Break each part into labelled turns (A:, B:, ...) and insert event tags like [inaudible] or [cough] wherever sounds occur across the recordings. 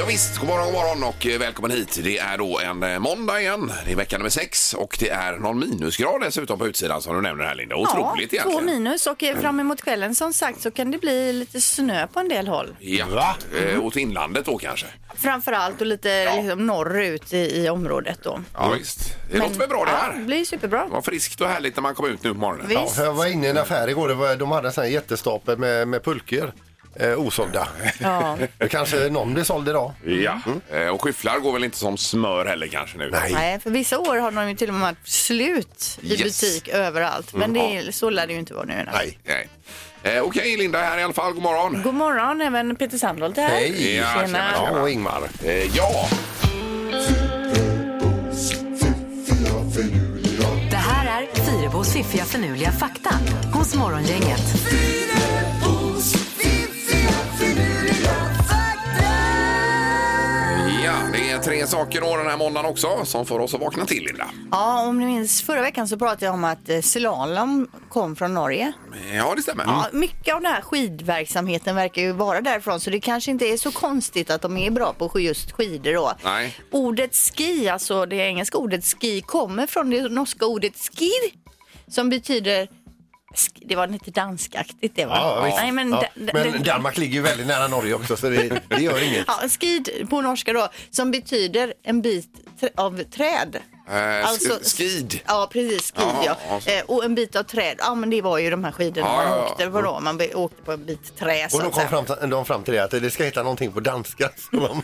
A: Eh, visst, god morgon, god morgon och eh, välkommen hit. Det är då en eh, måndag igen. Det är vecka nummer sex och det är någon minusgrad dessutom på utsidan som du nämner här Linda. Otroligt
B: ja, två
A: egentligen.
B: minus och eh, fram emot kvällen som sagt så kan det bli lite snö på en del håll.
A: Ja,
C: Va?
A: eh, åt inlandet då kanske.
B: Framförallt och lite liksom, norrut i, i området då.
A: Ja, visst. Det låter väl bra det
B: Ja,
A: här.
B: blir ju superbra.
A: Vad friskt och härligt när man kom ut nu på morgonen.
B: Visst.
C: Ja, för jag var inne i en affär igår. Det var, de hade en sån här jättestapel med, med pulkor. Eh, osålda.
B: Ja.
C: [laughs] Det Kanske någon blir såld idag.
A: Ja, Eh, och skyfflar går väl inte som smör heller kanske nu?
C: Nej.
B: Nej, för vissa år har de ju till och med varit slut i
A: Yes.
B: butik överallt. Men det är, så lär det ju inte vara nu.
C: Nej.
A: Nej. Eh, Okej, Linda är här i alla fall. God morgon.
B: God morgon, även Peter Sandholt här.
C: Hej.
A: Ja,
B: Tjena.
A: tjena, tjena.
C: Ja, och Ingmar.
A: Eh, ja,
D: Det här är Fyrabos fiffiga förnuliga fakta hos Morgongänget.
A: ja, det är tre saker då den här måndagen också som får oss att vakna till, Linda.
B: Ja, om ni minns förra veckan så pratade jag om att eh, slalom kom från Norge.
A: Ja, det stämmer. Mm.
B: Ja, mycket av den här skidverksamheten verkar ju vara därifrån så det kanske inte är så konstigt att de är bra på just skidor då.
A: Nej.
B: Ordet ski, alltså det engelska ordet ski, kommer från det norska ordet skir som betyder sk- det var lite danskaktigt det va?
C: Ja, visst.
B: Nej, men,
C: ja.
B: da- da- det-
C: men Danmark ligger ju väldigt nära Norge också så det, det gör inget.
B: Ja, skid på norska då, som betyder en bit trä- av träd. Alltså
A: Eh, sk- skid.
B: Ja, precis. Skid,
A: Jaha,
B: ja.
A: alltså.
B: Eh, och en bit av träd. Ja, men det var ju de här skidorna
A: Ja,
B: man
A: ja, Mm. ja.
B: åkte på då. Man be- åkte på en bit trä. så
C: Och då
B: att
C: kom
B: säga.
C: fram, de fram till det att det ska heta någonting på danska. Så de-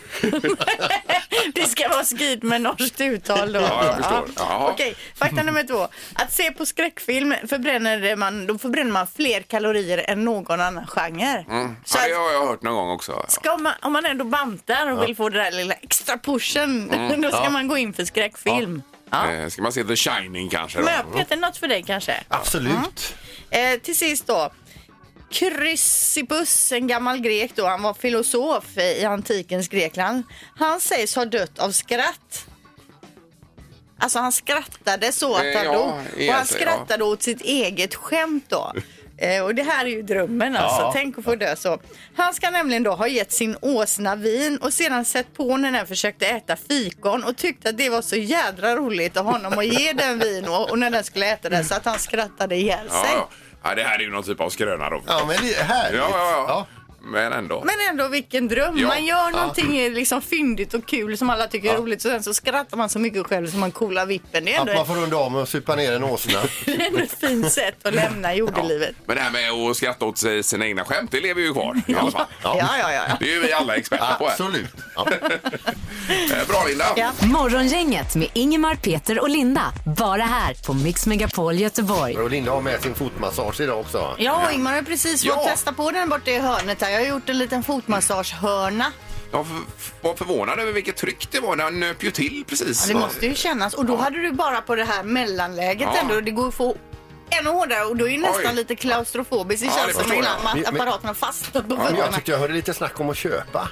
B: det ska vara skid med norskt uttal då.
A: Ja, jag förstår. Jaha.
B: Okej, fakta nummer två. Att se på skräckfilm förbränner man, då förbränner man fler kalorier än någon annan genre.
A: Mm.
B: Så
A: Ja,
B: att
A: det har jag hört någon gång också.
B: Ska man, om man ändå bantar och vill få den där lilla extra pushen,
A: Mm.
B: [laughs] då ska man gå in för skräckfilm. Ja.
A: Ja. Eh, Ska man se The Shining kanske? Då?
B: Men jag Peter, något för dig kanske?
C: [laughs] Absolut.
B: Eh, till sist då. Chrysippus, en gammal grek då, han var filosof i antikens Grekland. Han sägs ha dött av skratt. Alltså han skrattade så att
A: Eh,
B: han
A: ja,
B: dog. och han
A: egentligen,
B: skrattade åt sitt eget skämt då. Eh, och det här är ju drömmen alltså. Tänk att få dö så. Han ska nämligen då ha gett sin åsna vin och sedan sett på när den försökte äta fikon och tyckte att det var så jädra roligt av honom att ge den vin och, och när den skulle äta den så att han skrattade ihjäl sig.
A: Ja, ja. ja, det här är ju någon typ av skröna då.
C: Ja, men det är härligt.
A: ja, ja. ja. Men ändå.
B: Men ändå vilken dröm.
A: Ja.
B: Man gör någonting liksom fyndigt och kul som alla tycker är roligt. Så sen så skrattar man så mycket själv som man coolar vippen. Det är ändå
C: Att man får runda av med att supa ner en åsna.
B: ett, [laughs] ändå ett fint sätt att lämna jordelivet.
A: Men det här med att skratta åt sig- sina egna skämt, det lever ju kvar i alla fall.
B: Ja, ja, ja. ja.
A: Det är ju vi alla experter på här.
C: Absolut. [laughs] Ja.
A: Eh, Bra Linda!
B: Ja.
D: Morgongänget med Ingemar, Peter och Linda. Bara här på Mix Megapol Göteborg.
C: Och Linda har med sin fotmassage idag också.
B: Ja, och Ingmar har precis fått
A: Ja.
B: testa på den borta i hörnet här. Jag har gjort en liten fotmassagehörna.
A: Jag f- var förvånad över vilket tryck det var. Den nöp ju till precis.
B: Det måste ju kännas. Och då hade du bara på det här mellanläget
A: Ja.
B: ändå. Och Det går att få ännu hårdare och då är det nästan
A: Oj.
B: lite klaustrofobiskt. Det
A: Ja, det
B: känns som
A: förstår
B: innan
A: jag.
B: man-
C: Men-
B: apparaterna fastnar på
C: Men jag
B: fötterna.
C: tyckte jag hörde lite snack om att köpa.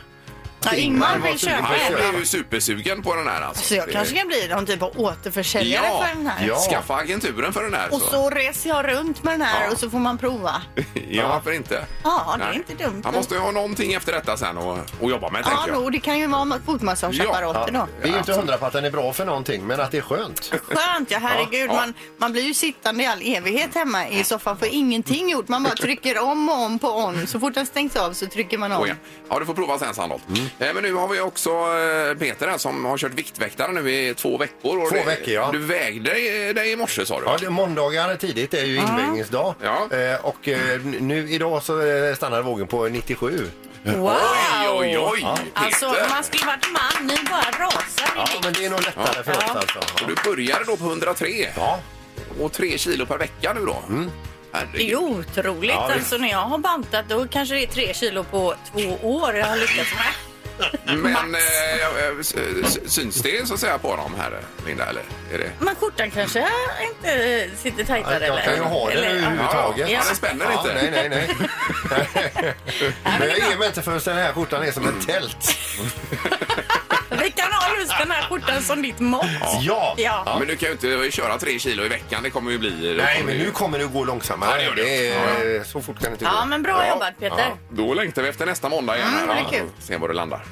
B: Ja, Ingmar
C: Ingmar var
B: vill
C: sugen på
B: köpa
A: Ja, jag
C: att
B: en.
A: blev ju supersugen på den här alltså.
B: Så jag
A: Det-
B: kanske kan bli någon typ av återförsäljare
A: Ja.
B: för den här.
C: Ja.
A: Skaffa agenturen för den här.
B: Och så reser jag runt med den här
A: Ja.
B: och så får man prova.
A: [laughs] Ja, varför inte?
B: Ja, det är
A: Nej.
B: inte dumt.
A: Han måste ju ha någonting efter detta sen och, och jobba med,
B: Ja,
A: tänker jag.
B: då, det kan ju vara fotmassageapparater
C: Ja.
B: då.
C: Det är ju inte hundra på att den är bra för någonting, men att det är skönt.
B: Skönt, ja herregud.
A: Ja, ja.
B: Man, man blir ju sittande i all evighet hemma i soffan för ingenting gjort. Man bara trycker om och om på on. Så fort den stängs av så trycker man
A: Oh,
B: om.
A: ja. ja, du får prova sen Sandholt.
C: Mm.
A: Eh, Men nu har vi också eh, Peter här som har kört Viktväktaren nu i två veckor. Och
C: Två
A: det-
C: veckor, ja.
A: Du vägde dig, dig i morse sa du?
C: Ja, det, måndagar tidigt är ju invägningsdag.
A: Ja.
C: Eh, och eh, nu idag så eh, stannar vågen på 97.
B: Wow!
A: Oj, oj, oj! Peter!
B: Alltså, man skulle varit man. Ni bara rasar.
C: Ja, men det är nog lättare för oss
B: Ja.
C: alltså.
A: Och du började då på 103
C: Ja.
A: och 3 kilo per vecka nu då?
C: Mm.
B: Det är
A: Herregud.
B: ju otroligt.
C: Ja, det-
B: alltså, när jag har bantat då kanske det är tre kilo på två år jag har lyckats med.
A: Men eh, eh, s- s- syns det så att säga på dem här Linda eller? Är det?
B: Men skjortan kanske inte eh, sitter tajtare?
C: Jag kan ju
B: eller?
C: ha det
B: Eller-
C: överhuvudtaget.
B: Ja.
A: Ja, det spänner
C: Ja,
A: inte.
C: nej, nej, [laughs] nej. men Mm. jag ger mig inte förrän den här skjortan är som ett tält.
B: Vi kan ha just den här skjortan som ditt mått.
C: Ja!
B: Ja.
A: Men du kan ju inte köra 3 kilo i veckan, det kommer ju bli...
C: Nej, men nu kommer det gå
A: Ja,
C: långsammare.
A: det gör det.
C: Det är, Så fort kan det inte gå.
B: Ja, men bra jobbat Peter.
A: Då längtar vi efter nästa måndag igen.
B: Mm,
A: här,
B: det är
A: va?
B: kul.
A: Se var det landar.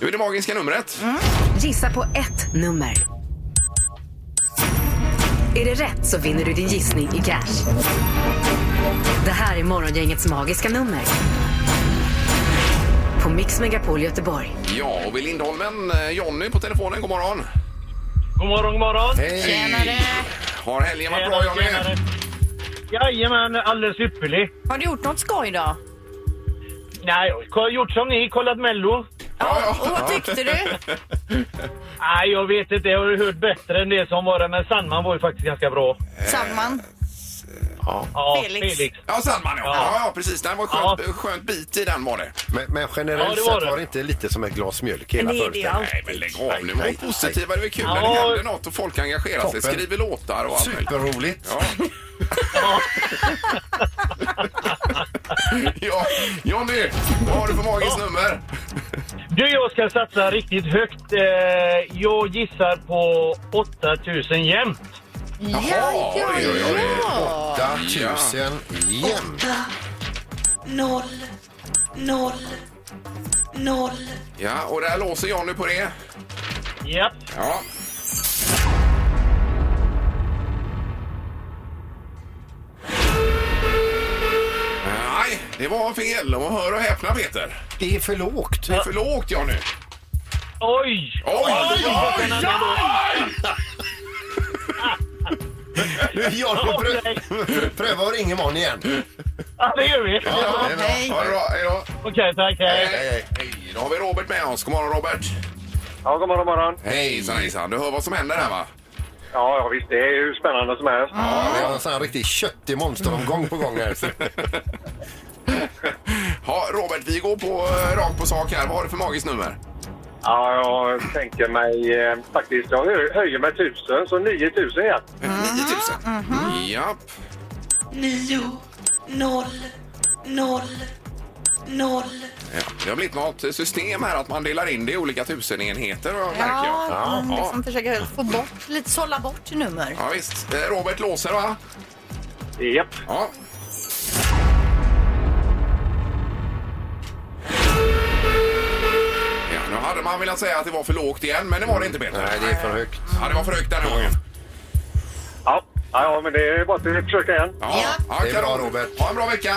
A: Nu är det magiska numret.
D: Gissa på ett nummer. Är det rätt så vinner du din gissning i cash. Det här är Morgongängets magiska nummer. På Mix Megapol Göteborg.
A: Ja, och vid Lindholmen, eh, Jonny på telefonen. God morgon.
E: God morgon, god morgon.
A: Tjenare! Har helgen varit bra, Jonny?
E: Tjenare. Jajamän, alldeles ypperlig.
B: Har du gjort något skoj då?
E: Nej, jag har gjort som ni, kollat Mello.
A: Ja,
B: Och vad tyckte du?
E: Nej, jag vet inte. Jag har ju hört bättre än det som var där, men Sandman var ju faktiskt ganska bra.
A: Eh.
B: Sandman?
E: Ja,
B: Felix.
A: Ja, Sandman ja. ja. Ja, precis. Det var ett skönt, skönt bit i den var det.
C: Men, men
E: Ja,
C: generellt
E: det var
C: sett
E: det.
C: var det inte lite som ett glas mjölk hela
B: Men det är det
C: föreställningen?
A: Nej, men lägg av nu. Var
C: Aj, aj,
A: positiva. Det är väl kul när det
E: Ja.
A: händer något och folk engagerar sig.
C: Toppen.
A: Skriver låtar och allt möjligt.
C: Superroligt.
A: Ja. [laughs] ja, Jonny, vad har du för magiskt nummer?
E: Du, jag ska satsa riktigt högt. Eh, Jag gissar på 8000 jämnt.
A: Jaha, oj, oj, oj.
B: ja.
C: 8000 jämnt.
F: noll, noll, noll.
A: Ja, och där låser Jonny på det.
E: Japp.
A: Ja. Nej, det var fel. Och hör och häpna, Peter.
C: Det är för lågt.
A: Det är för lågt, Jonny.
E: Oj!
A: Oj, oj, oj!
C: Jag prö- pröva att ringa imorgon igen.
E: Ja, det gör vi.
C: Ja, det är bra.
B: hej.
A: Ha det bra. Hej då.
E: Okej, tack.
A: Hej,
E: Hej.
A: hej, hej. Då har vi Robert med oss. God morgon, Robert.
G: Ja, god morgon, morgon.
A: Hejsan, hejsan. Du hör vad som händer här, va?
G: Ja, ja, visst, det är ju spännande som helst.
C: Ja, vi har en sån här riktig köttig monsteromgång på gång här.
A: [laughs] Ja, Robert, vi går på eh, rakt på sak här. Vad har du för magiskt nummer?
G: Ja, jag tänker mig eh, faktiskt, jag hö- höjer med tusen, så 9000 igen.
C: Mm-hmm.
A: 9000. Eh, Japp.
F: Nio, noll, noll, noll.
A: Ja. Det har blivit något system här att man delar in det i olika tusenenheter, märker jag.
B: Ja, man
A: ja.
B: liksom försöker få bort, lite sålla bort nummer.
A: Ja, visst. Eh, Robert låser, va?
G: Japp.
A: Ja. Ja, nu hade man velat säga att det var för lågt igen, men det var det inte, Peter.
C: Nej, det är för högt.
A: Ja, det var för högt den här gången.
G: Ja. Ja, ja, men det är bara att försöka igen.
A: Ja, ja
C: Det är bra,
A: kanon.
C: Robert.
A: Ha en bra vecka.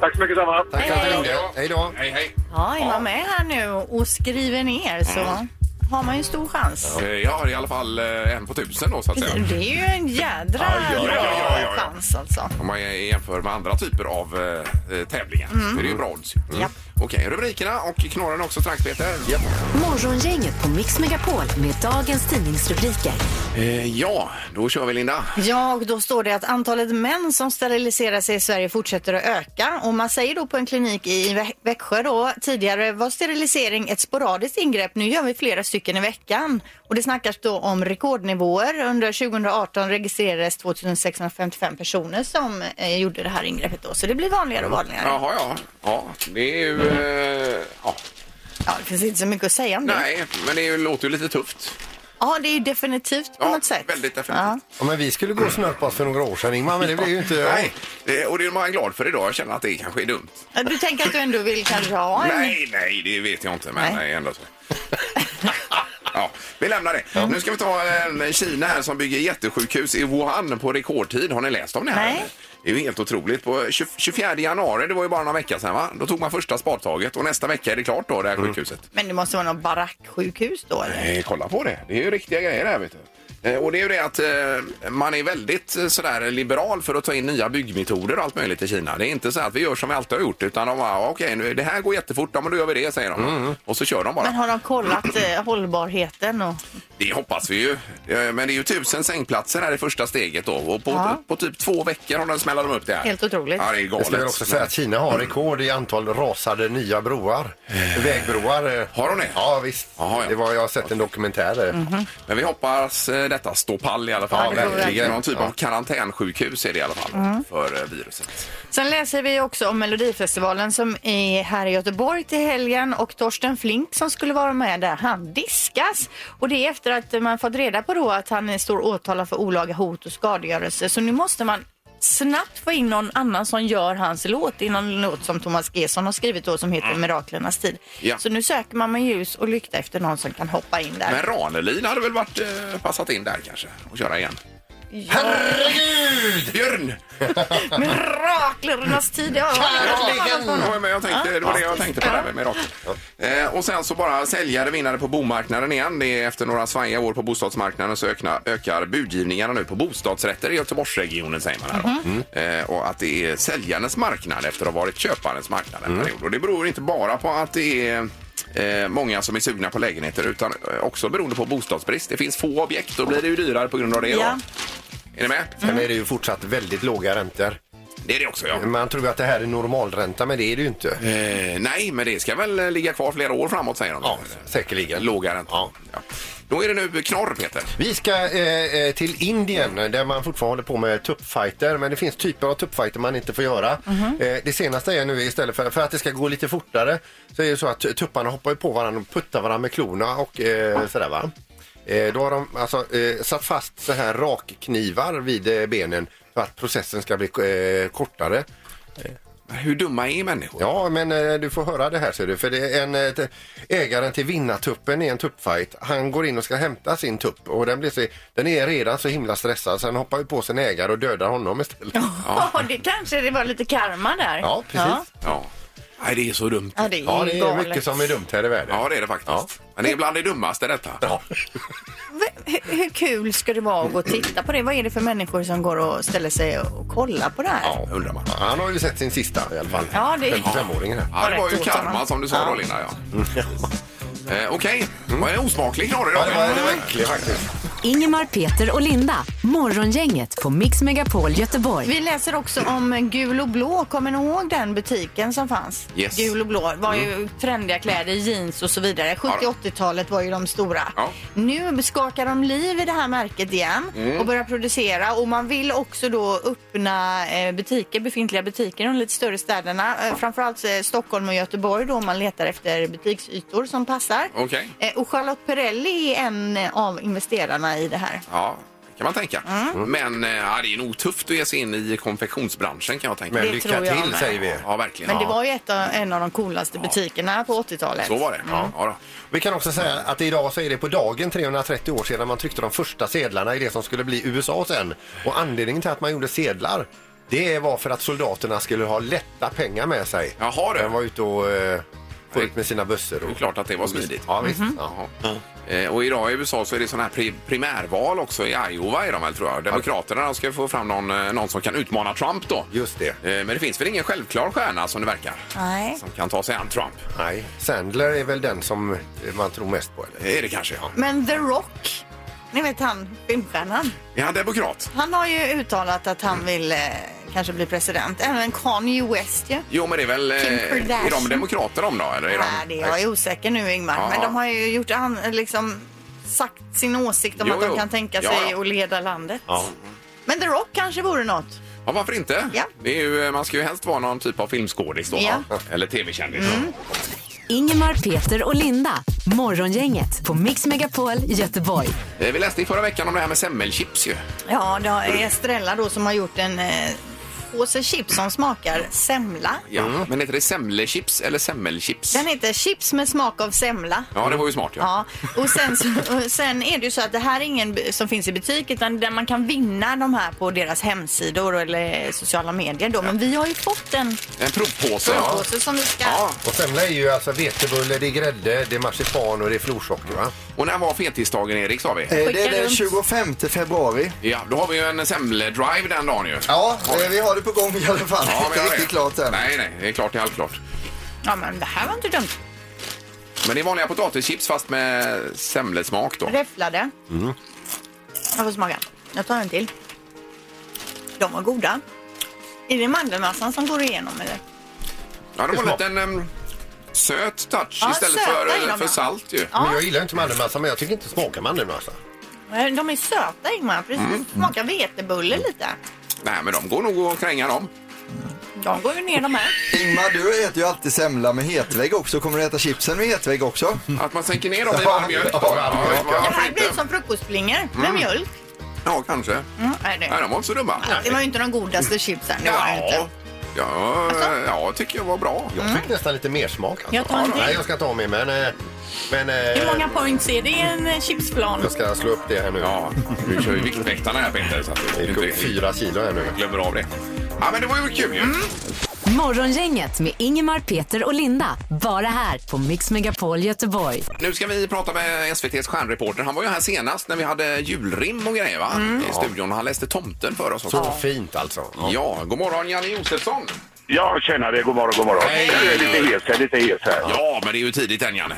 G: Tack så mycket, samma.
C: Tack för att du
A: Hej
C: ringde.
A: då.
C: Hej då.
A: Hej, hej.
B: Ja, är man med här nu och skriver ner så
A: Mm.
B: har man ju stor chans.
A: Eh, Jag har i alla fall eh, en på tusen då, så att säga.
B: Det är ju en jädra
A: ja, ja, ja, ja.
B: chans alltså.
A: Om man jämför med andra typer av eh, eh, tävlingar. För det är ju bra odds. Mm.
B: Japp.
A: Okej, rubrikerna och knorren också strax, Peter.
D: Morgongänget på Mix Megapol med dagens tidningsrubriker.
A: Eh, ja, då kör vi, Linda.
B: Ja, och då står det att antalet män som steriliserar sig i Sverige fortsätter att öka. Och man säger då på en klinik i Vä- Växjö då, tidigare var sterilisering ett sporadiskt ingrepp. Nu gör vi flera stycken i veckan. Och det snackas då om rekordnivåer. Under 2018 registrerades 2655 personer som eh, gjorde det här ingreppet då. Så det blir vanligare och vanligare. Ja,
A: Jaha, ja. Ja, det är ju... Eh, ja.
B: det finns inte så mycket att säga om det.
A: Nej, men det är ju, låter ju lite tufft.
B: Ja, det är ju definitivt på
A: Ja,
B: något sätt.
A: väldigt definitivt.
B: Ja.
C: Ja, men vi skulle gå och snörpa oss för några år sedan, Ingmar, men det blev ju inte...
A: Nej, det, och det är man glad för idag. Jag känner att det kanske är dumt.
B: Ja, Du tänker att du ändå vill kanske ha en...
A: Nej, nej, det vet jag inte. Men
B: Nej.
A: nej. ändå så. [laughs] Ja, vi lämnar det. Nu ska vi ta eh, Kina här som bygger jättesjukhus i Wuhan på rekordtid. Har ni läst om det här?
B: Nej.
A: eller? Det är ju helt otroligt. På 20 24 januari, det var ju bara några veckor sedan, va? då tog man första spadtaget och nästa vecka är det klart då, det här sjukhuset.
B: Men det måste vara någon baracksjukhus då eller?
A: Eh, kolla på det. Det är ju riktiga grejer det här, vet du. Eh, Och det är ju det att eh, man är väldigt eh, sådär liberal för att ta in nya byggmetoder och allt möjligt i Kina. Det är inte så att vi gör som vi alltid har gjort utan de bara, "Ah, okej, nu det här går jättefort, ja men då gör vi det, säger de. Och så kör de bara.
B: Men har de kollat eh, hållbarheten? Och...
A: Det hoppas vi ju. Eh, Men det är ju tusen sängplatser här i första steget då. Och på,
B: Ja.
A: på typ två veckor har de smällt upp det här.
B: Helt otroligt.
A: Ja, det är
C: Jag
A: galet.
C: ska väl också säga att Kina har rekord i antal rasade nya broar. Vägbroar. eh.
A: Har de det?
C: Ja, visst.
A: Jaha, ja. Mhm.
C: Det var, jag har sett en dokumentär eh. där.
A: Men vi hoppas eh, detta står pall i alla fall.
B: Ja, det får vi
A: verkligen.
B: verkligen. Mm.
A: Någon typ av karantänsjukhus är det i alla fall för eh, viruset.
B: Sen läser vi också om Melodifestivalen som är här i Göteborg till helgen och Torsten Flink som skulle vara med där, han diskas. Och det är efter att man fått reda på då att han står åtalad för olaga hot och skadegörelse. Så nu måste man snabbt få in någon annan som gör hans låt. Det är någon låt som Thomas Gesson har skrivit då som heter Miraklernas tid.
A: Ja.
B: Så nu söker man med ljus och lykta efter någon som kan hoppa in där.
A: Men Ranelid hade väl varit, eh, passat in där kanske och köra igen. Herregud! Björn!
B: Miraklernas tid, det har jag aldrig hört
A: Det
B: talas
A: var
B: om.
A: men jag tänkte, det var det jag tänkte på där med mirakel. Eh, och sen så bara säljare vinnare på bomarknaden igen. Det är efter några svajiga år på bostadsmarknaden så ökna, ökar budgivningarna nu på bostadsrätter i Göteborgsregionen säger man här då. eh, Och att det är säljarens marknad efter att ha varit köparens marknad en period. Och det beror inte bara på att det är Eh, många som är sugna på lägenheter utan eh, också beroende på bostadsbrist. Det finns få objekt, då blir det ju dyrare på grund av det.
B: Ja.
A: Då. Är ni med?
C: Sen är det ju fortsatt väldigt låga räntor.
A: Det är det också ja.
C: Man tror ju att det här är normalränta, men det är det ju inte.
A: Eh, nej, men det ska väl eh, ligga kvar flera år framåt säger de.
C: Ja, säkerligen.
A: Låga räntor. Ja.
C: Ja.
A: Då är det nu knorr, Peter.
C: Vi ska eh, eh, till Indien där man fortfarande håller på med tuppfighter men det finns typer av tuppfighter man inte får göra. eh, det senaste är nu istället för, för att det ska gå lite fortare så är det så att tupparna hoppar ju på varandra och puttar varandra med klorna och eh, sådär va. Eh, då har de alltså, eh, satt fast så här rakknivar vid eh, benen för att processen ska bli eh, kortare.
A: Hur dumma är människor?
C: Ja, men eh, du får höra det här ser du. För det är en, eh, t- ägaren till vinnartuppen i en tuppfight. Han går in och ska hämta sin tupp och den, blir så, den är redan så himla stressad så han hoppar ju på sin ägare och dödar honom istället.
B: [laughs] Ja. det kanske det var lite karma där.
C: Ja, precis.
B: Ja,
C: Ja,
A: Ja. Nej, det är så dumt.
B: Ja, det är,
C: det är
B: galet.
C: mycket som är dumt här i världen.
A: Ja, det är det faktiskt. Men det är bland det dummaste detta. Ja.
B: V- Hur, hur kul ska det vara att gå och titta på det? Vad är det för människor som går och ställer sig och kollar på det här?
A: Ja, undrar man.
C: Han har ju sett sin sista i alla fall.
B: Ja, det-
C: 55-åringen här.
A: Ja, det var ju
B: Rätt åt
A: karma
B: honom.
A: som du sa då, Linda. Ja. Eh, Okej, var det en osmaklig knorr idag?
C: Ja, det var det var äcklig faktiskt.
D: Ingemar, Peter och Linda. Morgongänget på Mix Megapol Göteborg.
B: Vi läser också om gul och blå. Kommer ni ihåg den butiken som fanns?
A: Yes. Mm.
B: Gul och blå var ju trendiga kläder, jeans och så vidare. 70-80-talet var ju de stora.
A: Ja.
B: Nu skakar de liv i det här märket igen
A: Mm.
B: och börjar producera. Och man vill också då öppna eh, butiker, befintliga butiker i de lite större städerna. Eh, Framförallt eh, Stockholm och Göteborg då om man letar efter butiksytor som passar.
A: Okej.
B: Eh, Och Charlotte Perrelli är en eh, av investerarna i det här.
A: Ja, det kan man tänka.
B: Mm.
A: Men eh, ja, det är nog tufft att ge sig in i konfektionsbranschen kan jag tänka
C: Men
B: Det
A: mig.
C: lycka
B: tror jag
C: till
B: med.
C: säger vi.
A: Ja, verkligen.
B: Men det
A: Ja.
B: var ju ett av, en av de coolaste butikerna på 80-talet.
A: Så var det. Ja, ja, då.
C: Vi kan också säga att idag så är det på dagen 330 år sedan man tryckte de första sedlarna i det som skulle bli USA sen. Och anledningen till att man gjorde sedlar det var för att soldaterna skulle ha lätta pengar med sig.
A: Jaha, du.
C: De var ute och eh, få ut med sina bössor.
A: Det är
C: Och...
A: klart att det var smidigt. Mm-hmm.
C: Ja, visst. Jaha.
A: Eh, Och idag i USA så är det sådana här pri- primärval också i Iowa är de väl tror jag. Demokraterna ska få fram någon, eh, någon som kan utmana Trump då.
C: Just det.
A: Eh, Men det finns väl ingen självklar stjärna som det verkar
B: Nej.
A: som kan ta sig an Trump.
C: Nej, Sandler är väl den som eh, man tror mest på. Eller?
A: Eh, Är det kanske ja.
B: Men The Rock, ni vet han filmstjärnan,
A: Är han demokrat?
B: han har ju uttalat att han vill eh, kanske bli president. Även Kanye West ju.
A: Jo men det är väl... eh,
B: Kim Kardashian.
A: Är de demokrater de då? Eller är
B: Nej, det
A: de...
B: är jag är osäker nu Ingmar.
A: Ja.
B: Men de har ju gjort an, liksom sagt sin åsikt om
A: Jo,
B: att de
A: jo.
B: kan tänka
A: Ja,
B: sig
A: ja.
B: att leda landet. Men The Rock kanske vore något.
A: Ja, varför inte?
B: Ja.
A: Det är ju, eh, man ska ju helst vara någon typ av filmskådis då.
B: Ja. Mm.
A: va? Eller tv-kändis.
D: Ingemar, Peter och Linda. Morgongänget på Mix Megapol Göteborg.
A: Eh, Vi läste i förra veckan om det här med semmelchips ju.
B: Ja, det är Estrella då som har gjort en eh, påse chips som smakar semla.
A: Ja.
C: Mm.
A: Men heter det semlechips eller semmelchips?
B: Den heter Chips med smak av semla.
A: Ja, det var ju smart ja.
B: Ja, och sen, så- och sen är det ju så att det här är ingen b- som finns i butik utan där man kan vinna de här på deras hemsidor eller sociala medier då. Men vi har ju fått en
A: En provpåse. ja.
B: påse som vi ska...
A: Ja,
C: Och semla är ju alltså vetebulle, det är grädde, det är marsipan och det är florsocker. Va?
A: Och när var fetisdagen Erik sa vi?
H: Eh, Det
B: Skicka
H: är den
B: runt.
H: 25 februari.
A: Ja, då har vi ju en semle-drive den dagen ju.
H: Ja, eh, vi har det på gång i alla fall.
A: Ja, vi
H: det
A: har
H: är riktigt klart än.
A: Nej, nej, det är klart, det är halvklart.
B: Ja, men det här var inte dumt.
A: Men det är vanliga potatischips fast med semlesmak då.
B: Räfflade.
A: Mm.
B: Jag får smaka. Jag tar en till. De var goda. Är det mandelmassan som går igenom eller?
A: Ja, de har en liten em, söt touch
B: Ja,
A: istället
B: söta
A: för,
B: är de,
A: för
B: ja.
A: salt ju.
B: Ja.
C: Men jag gillar inte mandelmassa, men jag tycker inte det smakar mandelmassa.
B: Eh, De är söta Ingmar, precis.
A: Mm.
B: Smakar vetebulle lite.
A: Nej, men de går nog att kränga dem.
B: De går ju ner de här.
H: Ingmar, du äter ju alltid semla med hetvägg också. Kommer du äta chipsen med hetvägg också?
A: Att man sänker ner dem i varm mjölk då.
C: Ja, varm mjölk,
B: Det
C: ja.
A: varför
B: här
A: inte?
B: blir
A: Mm.
B: som frukostflingor med mjölk.
A: Ja, kanske.
B: Mm, nej, det-
A: Nej, de var inte så dumma.
B: Det var ju inte de godaste chipsen. Det var det
A: Ja,
B: inte. Alltså?
A: ja, ja, tycker jag var bra.
C: Jag fick nästan lite mer smak. Alltså.
I: Jag tar en
C: Ja,
I: till.
C: Nej, jag ska ta min, men... eh, men
I: Hur
C: eh,
I: många points är det i en eh, chipsplan?
C: jag ska slå upp det här nu.
A: Ja, nu kör vi Viktväktarna här Peter så att
C: Det
A: vi
C: gick upp
A: inte
C: fyra kilo här nu.
A: glömmer av det. Ja, men det var ju kul ju.
B: Mm.
D: Morgongänget med Ingemar, Peter och Linda. Bara här på Mix Megapol Göteborg.
A: Nu ska vi prata med SVTs stjärnreporter. Han var ju här senast när vi hade julrim och grejer va? i studion. Han läste Tomten för oss också.
C: Så fint alltså.
A: Ja, god morgon Janne Josefsson.
G: Ja, tjena det. God morgon, god morgon.
A: Hej.
G: Jag är lite hes här, lite hes här. Ja.
A: Ja, men det är ju tidigt än Janne.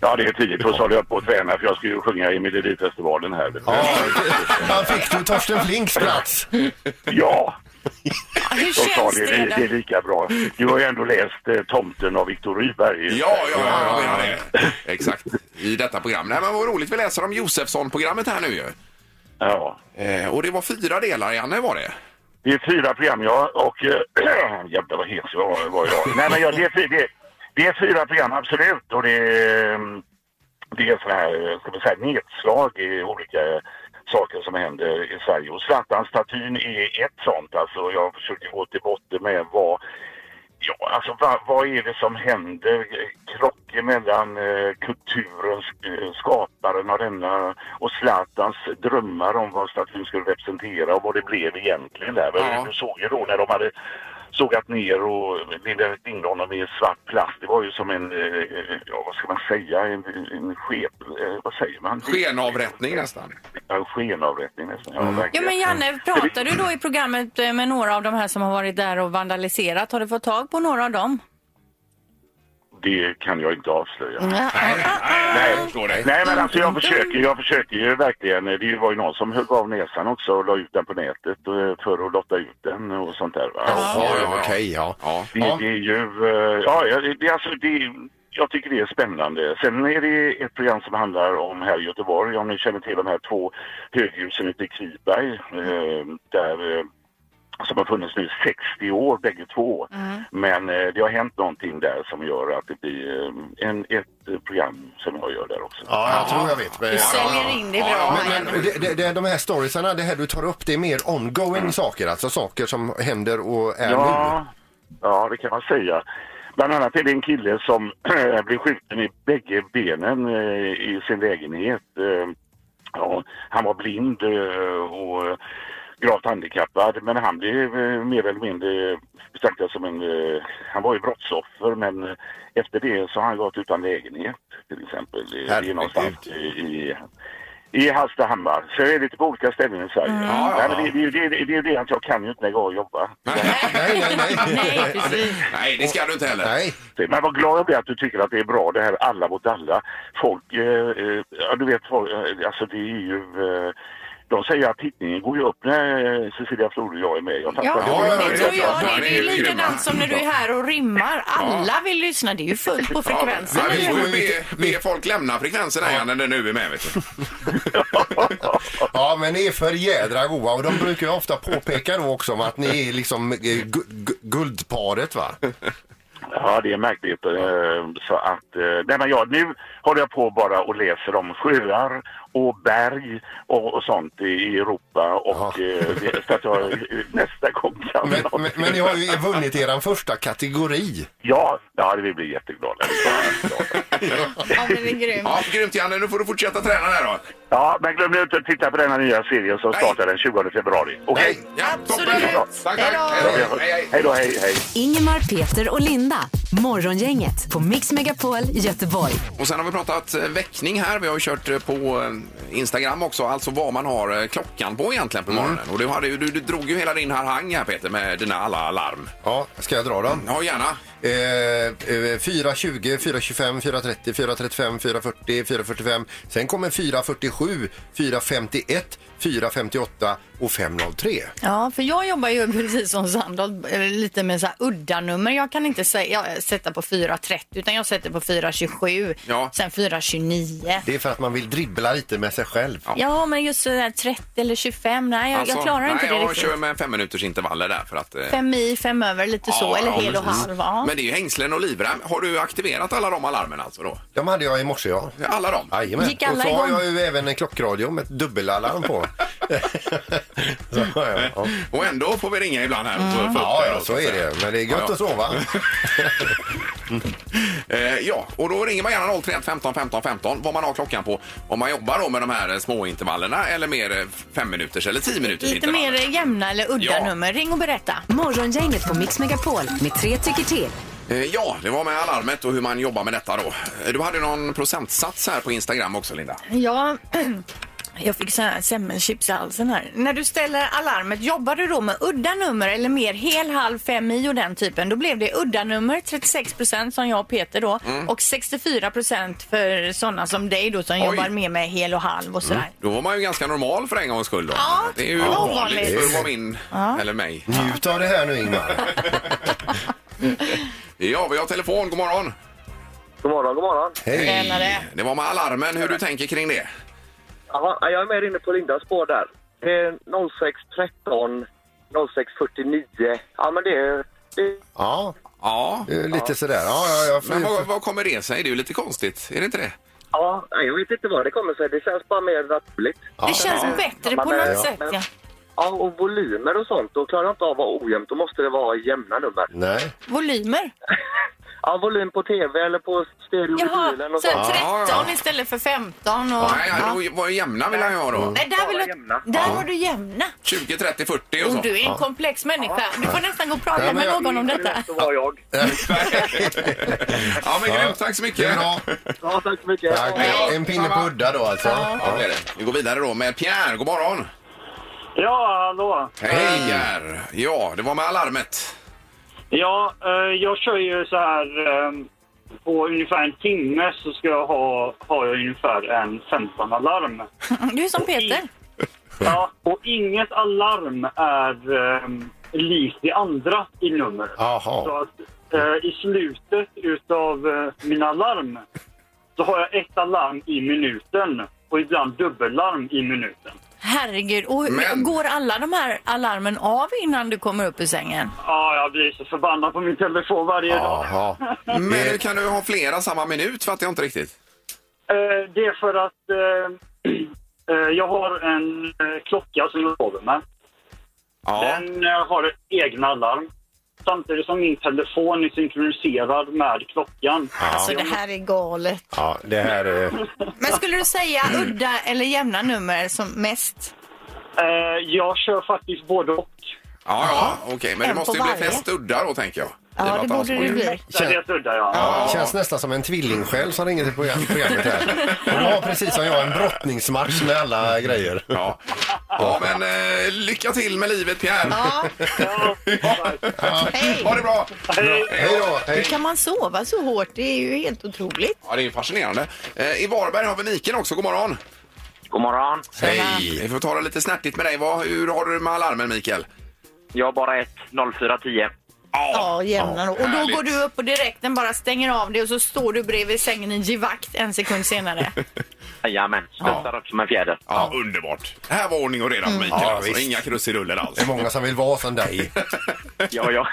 G: det är tidigt. Och så håller jag på att träna för jag ska ju sjunga i Melodifestivalen här.
C: Ja, han fick du Torsten Flinks plats.
G: Ja,
I: Hur
G: de sa
I: känns
G: det. Det,
I: det?
G: det är
I: då?
G: lika bra. Du har ju ändå läst eh, Tomten av Viktor Rydberg.
A: Ja, ja, ja, ja, ja, det. exakt. I detta program. Nej, men vad roligt, vi läser om Josefsson-programmet här nu ju.
G: ja.
A: Eh, och det var fyra delar Janne var det.
G: Det är fyra program, ja. Och... Äh, [clears throat] jävlar vad hes jag var- var jag. Nej, men ja, det, är, fy- det, det är fyra program, absolut. Och det, är, mm, det är så här, ska man säga, nedslag i olika saker som händer i Sverige. Och Zlatan-statyn är ett sånt. Alltså, jag försöker gå till botten med vad... Ja, alltså vad, vad är det som händer? Krocken mellan eh, kulturens eh, skaparen av denna och Zlatans drömmar om vad statyn skulle representera och vad det blev egentligen där.
A: Ja.
G: Du såg ju då när de hade sågat ner och lindat in honom i svart plast. Det var ju som en, eh, ja vad ska man säga, en, en skep, eh, vad säger man?
A: Skenavrättning nästan.
G: Ja, en skenavrättning nästan. Ja,
I: Ja,
G: verkligen.
I: men Janne, pratar du då i programmet eh, med några av de här som har varit där och vandaliserat? Har du fått tag på några av dem?
G: Det kan jag inte avslöja.
A: Nej, nej, nej, nej, jag förstår dig.
G: Nej men alltså jag försöker, jag försöker ju verkligen. Det var ju någon som högg av näsan också och la ut den på nätet eh, för att lotta ut den och sånt där. Va?
A: Ja, ja, ja.
C: Okej, ja.
A: Ja.
G: Det, det är ju, eh, ja det- det är alltså det, jag tycker det är spännande. Sen är det ett program som handlar om här i Göteborg, om ni känner till de här två höghusen ute i Kviberg, eh, där eh, som har funnits nu i 60 år bägge två. Men eh, det har hänt någonting där som gör att det blir eh, en, ett eh, program som jag gör där också.
C: Ja, jag tror jag vet. Men,
B: Säljer in det bra.
A: Ja,
C: men, men det, det, det, de här storiesarna, det här du tar upp, det är mer ongoing saker, alltså saker som händer och är nu.
G: Ja, ja, det kan man säga. Bland annat är det en kille som [clears throat] blev skjuten i bägge benen eh, i sin lägenhet. Eh, ja, han var blind eh, och eh, gravt handikappad men han blev eh, mer eller mindre betraktad som en... eh, Han var ju brottsoffer men eh, efter det så har han gått utan lägenhet till exempel. Det- Det är
C: Herregud.
G: någonstans i, i, i Hallstahammar. Så det är lite på olika ställen i Sverige.
C: Mm.
G: Nej, men det, det, är ju det, det, det är ju det att jag kan ju inte lägga av och jobba.
C: Nej, nej, nej.
I: Nej, precis.
A: Nej, det ska du inte heller.
C: nej.
G: Det- Eh, Men vad glad jag blir att du tycker att det är bra det här alla mot alla. Folk, eh, eh, ja du vet, folk, eh, alltså det är ju... Eh, de säger att tittningen går ju upp när eh, Cecilia Flod och jag är med. Jag fattar
I: Ja,
G: att
A: ja,
I: det
A: ja,
I: tror
A: ja,
I: jag.
A: ja,
I: Det
A: det
I: är ju
A: är grymma.
I: likadant som när du är här och rimmar. Alla vill lyssna. Det är ju fullt på
A: Ja,
I: frekvensen.
A: nej, vi
I: eller?
A: får ju be, be folk lämna frekvensen här när den nu är med. Vet du.
C: Ja, men ni är för jädra goa och de brukar ju ofta påpeka då också om att ni är liksom eh, gu- gu- guldparet va?
G: Ja, det är märkligt. eh, Så att, eh, nej, men ja, nu håller jag på bara och läser om sjöar och berg och, och sånt i- i Europa. Och,
C: Ja.
G: eh, det- så att jag eh, nästa gång kan
C: Men,
G: jag-
C: men, men ni har ju vunnit er första kategori.
G: Ja, ja, vi blir jätteglada.
B: Ja, men det är grymt.
A: Ja, grymt Janne, nu får du fortsätta träna där då.
G: Ja, men glöm nu inte att titta på denna nya serie som
A: Nej.
G: startar den 20 februari. Okej?
A: Ja,
B: Absolut.
A: Toppen. Tack, tack. Hej då. Hej, hej.
G: Hej då, hej, hej.
D: Ingemar, Peter och Linda. Morgongänget på Mix Megapol Göteborg.
A: Och sen har vi pratat eh, väckning här. Vi har ju kört eh, på eh, Instagram också, alltså vad man har eh, klockan på egentligen på morgonen. Och du, hade, ju- du, du drog ju hela din harang här Peter med dina alla larm.
C: Ja, ska jag dra dem?
A: Ja, gärna.
C: Eh, eh, 4.20, 4.25, 4.30, 4.35, 4.40, 4.45. Sen kommer 4.47, 4.51, 4.58 och 5.03.
B: Ja, för jag jobbar ju precis som Sandholt eh, lite med så här udda nummer. Jag kan inte säga, jag sätta på 4.30 utan jag sätter på 4.27,
A: Ja.
B: sen 4.29.
C: Det är för att man vill dribbla lite med sig själv.
I: Ja, men just sådär 30 eller 25. Nej, jag, jag klarar inte
A: Alltså, nej,
I: det
A: Jag
I: riktigt.
A: kör med fem minuters intervaller där för att... eh,
B: Fem i, fem över, lite så.
A: ja,
B: Eller
A: ja,
B: hel och
A: precis.
B: halv. Ja.
A: Men det är ju hängslen och livrem. Har du aktiverat alla de alarmen alltså då?
C: De hade jag i morse, ja.
A: Alla de?
C: Jajamän.
I: Gick alla
C: och så har
I: igång?
A: [laughs]
C: jag ju även en klockradio med ett dubbelalarm på. [laughs] Så, ja, ja.
A: Och ändå får vi ringa ibland här. och få- få upp
C: Ja,
A: det
C: ja,
A: då,
C: så är
A: att säga.
C: det. Men det är gött
A: Ja,
C: att sova.
A: [laughs] Eh, ja, och då ringer man gärna 031 15 15 15 vad man har klockan på. Om man jobbar då med de här eh, små intervallerna eller mer eh, fem minuters eller tio minuters
B: Lite
A: intervaller.
B: mer jämna eller udda
A: Ja.
B: nummer. Ring och berätta.
D: Morgongänget på Mix Megapol med tre tycker till.
A: Eh, Ja, det var med alarmet och hur man jobbar med detta då. Eh, Du hade ju någon procentsats här på Instagram också, Linda.
J: Ja,
B: [clears throat] Jag fick sån här semmelchips i halsen här. När du ställer alarmet, jobbar du då med udda nummer eller mer hel, halv, fem i och den typen? Då blev det udda nummer, 36 procent som jag och Peter då och 64 procent för sådana som dig då som
A: Mm. Oj. Mm.
B: jobbar mer med hel och halv och sådär.
A: Då var man ju ganska normal för en gångs skull. Då.
B: Ja,
A: det är ju
B: det var
A: ovanligt
B: ovanligt.
A: för att vara min, eller mig.
C: Njut av det här
A: [laughs]
C: nu, Ingmar.
A: Ja, vi har telefon. God morgon.
E: God morgon, god morgon.
C: Hej.
B: Tränare.
A: Det var med alarmen, hur du tänker kring det.
E: Jaha, jag är mer inne på Lindas spår där. Det är 06.13, 06.49. Ja, men det är... Det,
C: Ja,
A: Ja,
C: eh, lite sådär. Ja, ja, jag
A: men vad, vad kommer det sig? Det är ju lite konstigt, är det inte det?
E: ja, jag vet inte vad det kommer sig. Det känns bara mer naturligt.
B: Det känns bättre på
E: Men,
B: något
E: eh,
B: sätt.
E: men-
B: Ja.
E: Ja, och volymer och sånt. Då klarar jag inte av att vara ojämnt. Då måste det vara jämna nummer.
C: Nej.
B: Volymer.
E: Ja, volym på tv eller på stereo i
B: Jaha,
E: bilen och
B: så
E: sånt.
B: 13
A: Ja, ja.
B: istället för 15 och...
A: Nej, ja. då var ju jämna vill han ju ha då.
B: Nej, där, vill
E: Bara
B: du,
E: jämna.
B: där var du jämna.
A: 20, 30, 40 och
B: Och
A: så.
B: du är en komplex människa. Du får nästan gå och prata
C: Ja, men
B: med
C: jag-
B: någon om detta.
E: Så var jag.
A: Ja, men grymt. Tack så
C: Det
A: mycket.
C: är bra.
E: Ja, tack så mycket.
C: Tack. En pinne på udda då alltså.
A: Ja, det är det. Vi går vidare då med Pierre. God morgon.
E: Ja, hallå.
A: Hej, Pierre. Ja, det var med alarmet.
E: Ja, eh, jag kör ju så här... eh, På ungefär en timme så ska jag ha, har jag ungefär en 15 alarm.
B: Du är som Peter.
E: Ja, och inget alarm är um, likt det andra i numret. Så
C: Jaha.
E: att eh, i slutet utav eh, mina alarm så har jag ett alarm i minuten och ibland dubbellarm i minuten.
B: Herregud. Och hur-
A: Men-
B: Går alla de här alarmen av innan du kommer upp ur sängen?
E: Ja, jag blir så förbannad på min telefon varje dag.
C: Jaha.
A: Men hur kan du ha flera samma minut? Fattar jag inte riktigt.
E: Eh, det är för att eh, [clears throat] eh, jag har en eh, klocka som jag sover med.
A: Ja,
E: Den eh, har ett egna alarm. Samtidigt som min telefon är synkroniserad med klockan.
B: Alltså det här är galet.
C: Ja, det här eh, är...
B: Men skulle du säga udda eller jämna nummer som mest?
E: Eh, jag kör faktiskt både och.
A: ja, ja okej. Men det
B: En
A: måste ju
B: på
A: bli
B: varje.
A: flest udda då, tänker jag. I och med att
B: Ja, det
A: han har
B: borde
A: så
B: det
A: många.
B: bli.
E: Så Det är sudda, ja.
C: Ja, känns nästan som en tvilling själv som ringer till program- programmet här. Och du har precis som jag en brottningsmatch med
A: [laughs]
C: alla grejer.
A: Ja. ja, men eh, lycka till med livet, Pierre. [laughs]
B: Ja,
E: ja.
B: hej.
A: Ha det bra!
E: Hej.
C: Hej då! Hej.
B: Kan man sova så hårt? Det är ju helt otroligt.
A: Ja, det är fascinerande. Eh, I Varberg har vi Niken också. God morgon!
E: God morgon.
A: Vi får ta det lite snärtigt med dig. Vad, hur har du med alarmen, Mikael?
E: Jag har bara ett 0410.
B: Ja, jämna då. Och då
A: härligt.
B: går du upp och direkt den bara stänger av dig och så står du bredvid sängen i givakt en sekund senare.
E: Jajamän, studsar upp som en fjäder.
A: Ja, underbart. Det här var ordning och reda
I: Mm.
A: på Mikael.
C: Ja,
A: alltså.
C: visst.
A: Inga krusiduller alls. [laughs]
C: Det är många som vill vara som dig.
E: Ja, ja.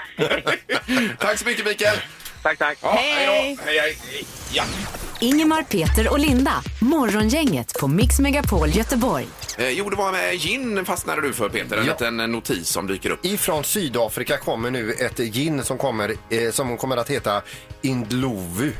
A: Tack så mycket, Mikael.
E: tack, tack.
A: [laughs] Ja,
B: Hej.
A: då. Hej, hej. Ja.
D: Ingemar, Peter och Linda. Morgongänget på Mix Megapol Göteborg.
A: Eh, jo, det var med gin fastnade du för, Peter. En
C: Ja.
A: liten eh, notis som dyker upp.
C: Ifrån Sydafrika kommer nu ett gin som kommer, eh, som kommer att heta Indlovu.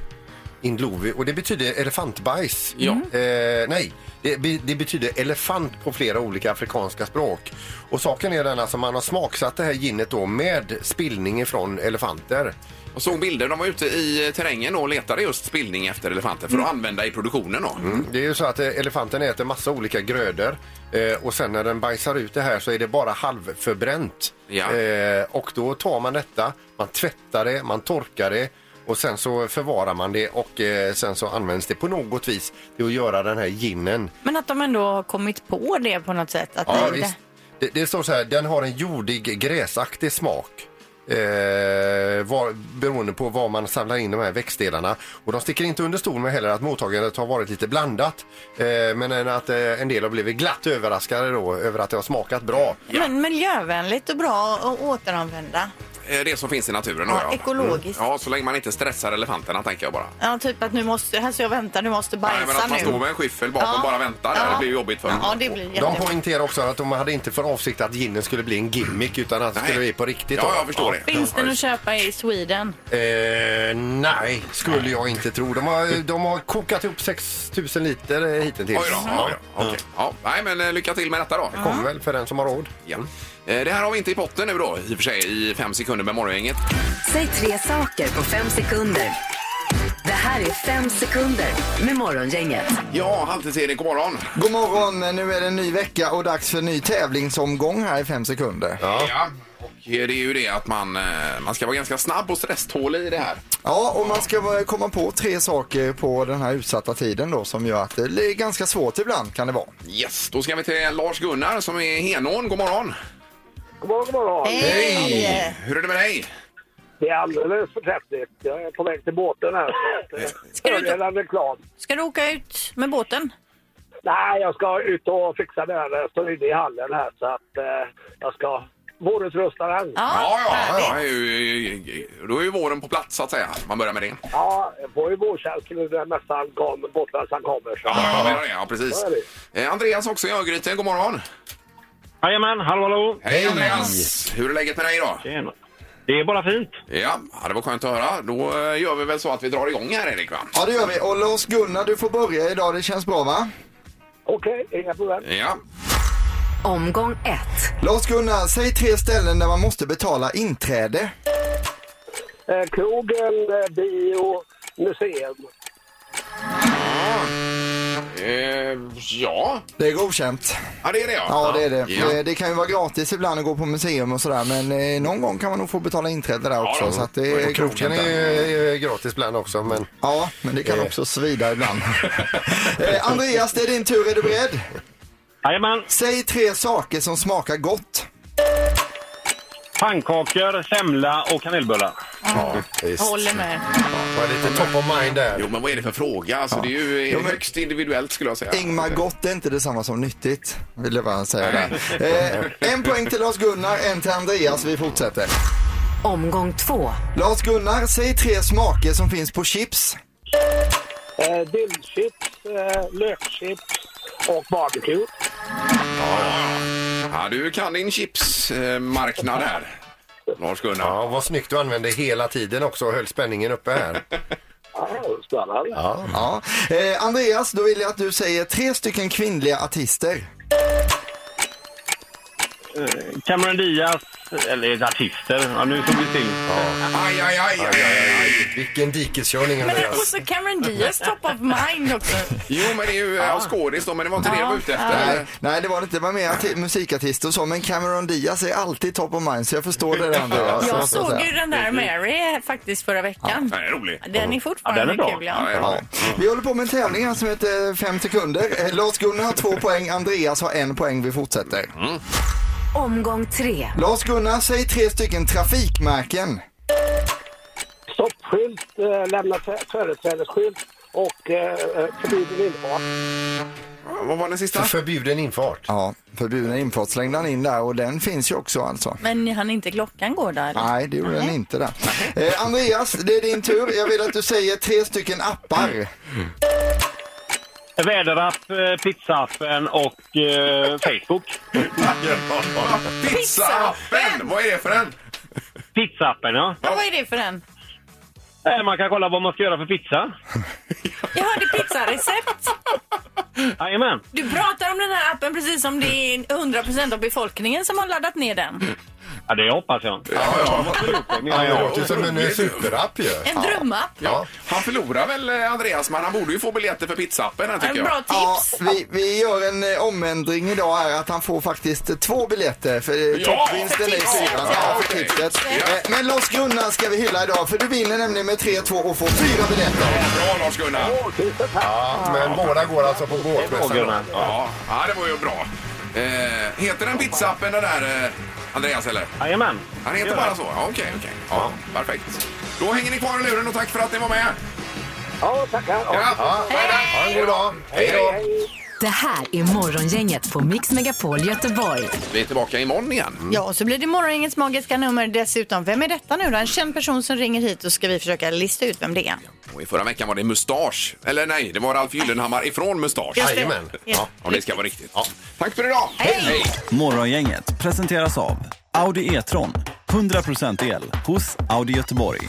C: Indlovu, och det betyder elefantbajs.
A: Ja.
C: Eh, nej, det, be- det betyder elefant på flera olika afrikanska språk. Och saken är den att alltså, man har smaksatt det här ginet då med spillning från elefanter.
A: Och såg bilder. De var ute i eh, terrängen och letade just spillning efter elefanter för att
I: Mm.
A: använda i produktionen. Då.
C: Det är ju så att eh, elefanten äter massa olika grödor eh, och sen när den bajsar ut det här så är det bara halvförbränt.
A: Ja.
C: Eh, och då tar man detta, man tvättar det, man torkar det och sen så förvarar man det och eh, sen så används det på något vis till att göra den här ginen.
B: Men att de ändå har kommit på det på något sätt. Att
C: Ja,
B: det-
C: visst. Det, det står så här, den har en jordig gräsaktig smak. Eh, var, beroende på var man samlar in de här växtdelarna. Och de sticker inte under stol med heller att mottagandet har varit lite blandat. Eh, men en- att eh, en del har blivit glatt överraskade då över att det har smakat bra.
B: Men miljövänligt och bra att återanvända.
A: eh, det som finns i naturen.
I: Ja,
A: då,
I: ekologiskt.
A: Ja, så länge man inte stressar elefanterna tänker jag bara.
I: Ja, typ att nu måste, här så jag väntar, nu måste
A: Nej, men
I: bajsa
A: att man står
I: nu.
A: med en skyffel bakom
I: Ja.
A: och bara väntar där,
I: Ja.
A: det blir ju jobbigt för dem.
I: Ja, det blir
C: De
I: jättebra.
C: poängterar också att de hade inte för avsikt att ginen skulle bli en gimmick utan att den
A: Nej.
C: skulle bli på riktigt.
A: Ja,
C: då.
A: jag förstår det.
I: Finns
A: Ja,
I: den att
A: just-
I: köpa i Sweden?
C: Eh, nej, skulle jag inte tro. De har, de har kokat ihop 6000 liter eh, hittills.
A: Oj då, oj då. Okej. Ja, nej, men eh, lycka till med detta då.
C: Kommer väl för den som har råd.
A: Ja. Eh, Det här har vi inte i potten nu då, i och för sig, i fem sekunder med morgongänget.
D: Säg tre saker på fem sekunder. Det här är fem sekunder med Morgongänget.
A: Ja, Halvtids-Erik, god morgon.
H: God morgon, nu är det en ny vecka och dags för ny tävlingsomgång här i fem sekunder. Ja,
A: Ja. Och Det är ju det att man, eh, man ska vara ganska snabb och stresstålig i det här.
H: och man ska vara- komma på tre saker på den här utsatta tiden då som gör att det är ganska svårt ibland kan det vara.
A: Yes, då ska vi till Lars-Gunnar som är i Henån. God morgon!
E: God morgon, god morgon.
A: Hej! Hur är det med dig?
E: Det är alldeles förträffligt. Jag är på väg till båten här. eh,
B: [laughs]
I: Ska du,
E: Redan reklam.
I: ska du åka ut med båten?
E: Nej, jag ska ut och fixa det här. Jag står inne i hallen här så att eh, jag ska vårutrusta den.
A: Ja, ja, ja, det är ju- då är ju våren på plats så att säga. Man börjar med det.
E: Ja, jag får ju vårkänslor nu när mässan kommer, båtmässan kommer. Så.
A: Ja, jag menar det. Ja, precis. Eh, Andreas också i Örgryte. God morgon!
E: Jajamän, hallå hallå!
A: Hej Andreas! Hur är läget med dig idag?
E: Tjena. Det är bara fint.
A: Ja, ja, det var skönt att höra. Då eh, gör vi väl så att vi drar igång här Erik va?
H: Ja, det gör vi. Och Lars-Gunnar, du får börja idag. Det känns bra va?
E: Okej, inga problem.
A: Ja.
D: Omgång ett.
H: Lars-Gunnar, säg tre ställen där man måste betala inträde.
E: Eh, krogen, eh, bio, museum.
A: Eh, ja.
H: Det är godkänt.
A: ja, det är det
H: Ja, det är det.
A: Ja.
H: Eh, Det kan ju vara gratis ibland att gå på museum och sådär, men eh, någon gång kan man nog få betala inträde där också.
A: då.
H: så att det är
C: Och Kroken
H: godkänt.
C: är
H: där.
C: ju eh, gratis ibland också, men
H: Ja, men det kan också svida [laughs] ibland. Eh, Andreas, det är din tur. Är du beredd?
E: Jajamän,
H: Säg tre saker som smakar gott.
E: pannkakor, semla och kanelbullar.
I: Håller med.
C: var lite top of mind där.
A: Jo, men vad är det för fråga? Alltså, Det är ju eh, högst individuellt skulle jag säga.
H: Ingmar, gott är inte detsamma som nyttigt. Vill jag bara säga där. Eh, en poäng till Lars-Gunnar, en till Andreas. Vi fortsätter.
D: Omgång två.
H: Lars-Gunnar, säg tre smaker som finns på chips.
E: Eh, dillchips, eh, lökchips och barbecue.
A: Ja, du kan din chipsmarknad här, Lars-Gunnar.
C: Ja, vad snyggt du använde hela tiden också och höll spänningen uppe här.
E: Ja, spännande.
H: Ja. Eh, Andreas, då vill jag att du säger tre stycken kvinnliga artister.
E: Cameron Diaz, eller artister. Ja, nu såg vi till.
A: Aj, aj, aj, aj, aj, aj.
C: Vilken dikeskörning
I: Men och
C: Andreas.
I: så Cameron Diaz top of mind också.
A: Jo, men det är ju
H: Ah.
A: ja. skådis då, men det var inte det jag var ute efter.
H: Nej, nej, det var inte. Det var mer arti- musikartister och så, men Cameron Diaz är alltid top of mind, så jag förstår det där, Andreas.
I: Jag
H: måste
I: såg
H: säga.
I: ju den där Mary faktiskt förra veckan.
A: Den är rolig.
I: Den är fortfarande
E: Ja, den är bra.
I: kul.
A: Ja, det
I: Ja.
A: är
H: Ja.
A: rolig.
H: Vi håller på med en tävling här som heter 5 sekunder. Eh, Lars-Gunnar har två poäng, Andreas har en poäng. Vi fortsätter.
D: Omgång tre.
H: Lars-Gunnar, säg tre stycken trafikmärken.
E: Stoppskylt, eh, lämna fö- företrädesskylt och eh, eh, förbjuden infart.
A: Vad var den sista?
C: Förbjuden infart.
H: Ja, förbjuden infart slängde han in där och den finns ju också alltså.
I: Men ni hann inte klockan gå där? eller?
H: Nej, det gjorde den inte där. Eh, Andreas, det är din tur. Jag vill att du säger tre stycken appar.
E: Väderapp, pizzaappen och eh, Facebook.
A: Pizzaappen! Vad är det för en?
H: [laughs]
E: Pizzaappen, ja. Eh,
I: Ja, vad är det för en?
E: Man kan kolla vad man ska göra för pizza.
I: Jag hörde pizzarecept.
E: Jajamän.
I: Du pratar om den här appen precis som det är 100% av befolkningen som har laddat ner den.
E: Ja, det hoppas jag.
A: Ja, ja.
C: Ja, det låter som en superapp ju.
I: En drömapp.
C: Ja.
A: Han förlorar väl eh, Andreas, men han borde ju få biljetter för pizzaappen här, tycker
I: En
A: jag.
I: bra
H: Ja,
I: tips.
H: vi, vi gör en eh, omändring idag här att han får faktiskt eh, två biljetter för eh,
A: Ja!
H: toppvinsten är
I: För tipset.
H: fyra.
A: Ja,
H: Ja, för
A: okej.
H: tipset. Eh, Men Lars Gunnar ska vi hylla idag för du vinner nämligen med 3-2 och får fyra biljetter.
A: Bra Lars-Gunnar!
C: Ja, men båda går alltså på båtmässan.
A: Ja. ja, det var ju bra. Eh, heter den pizzaappen den där eh, Andreas eller?
E: Jajamän.
A: Han heter bara så? Ja, okej, okej. Ja, perfekt. Då hänger ni kvar i luren och tack för att ni var med.
E: Ja, tackar.
A: Ja.
C: Ja, ha en god dag. Hej då.
K: Det här är Morgongänget på Mix Megapol Göteborg.
A: Vi är tillbaka imorgon igen.
B: Ja, och så blir det morgongängets magiska nummer dessutom. Vem är detta nu då? En känd person som ringer hit och ska vi försöka lista ut vem det är.
A: Och I förra veckan var det mustasch. Eller nej, det var Ralf Gyllenhammar ifrån mustasch.
B: Just det.
C: Jajamän.
B: Ja.
A: Om det ska vara riktigt. Tack för idag! Hej!
L: Morgongänget presenteras av Audi E-tron. 100% el hos Audi Göteborg.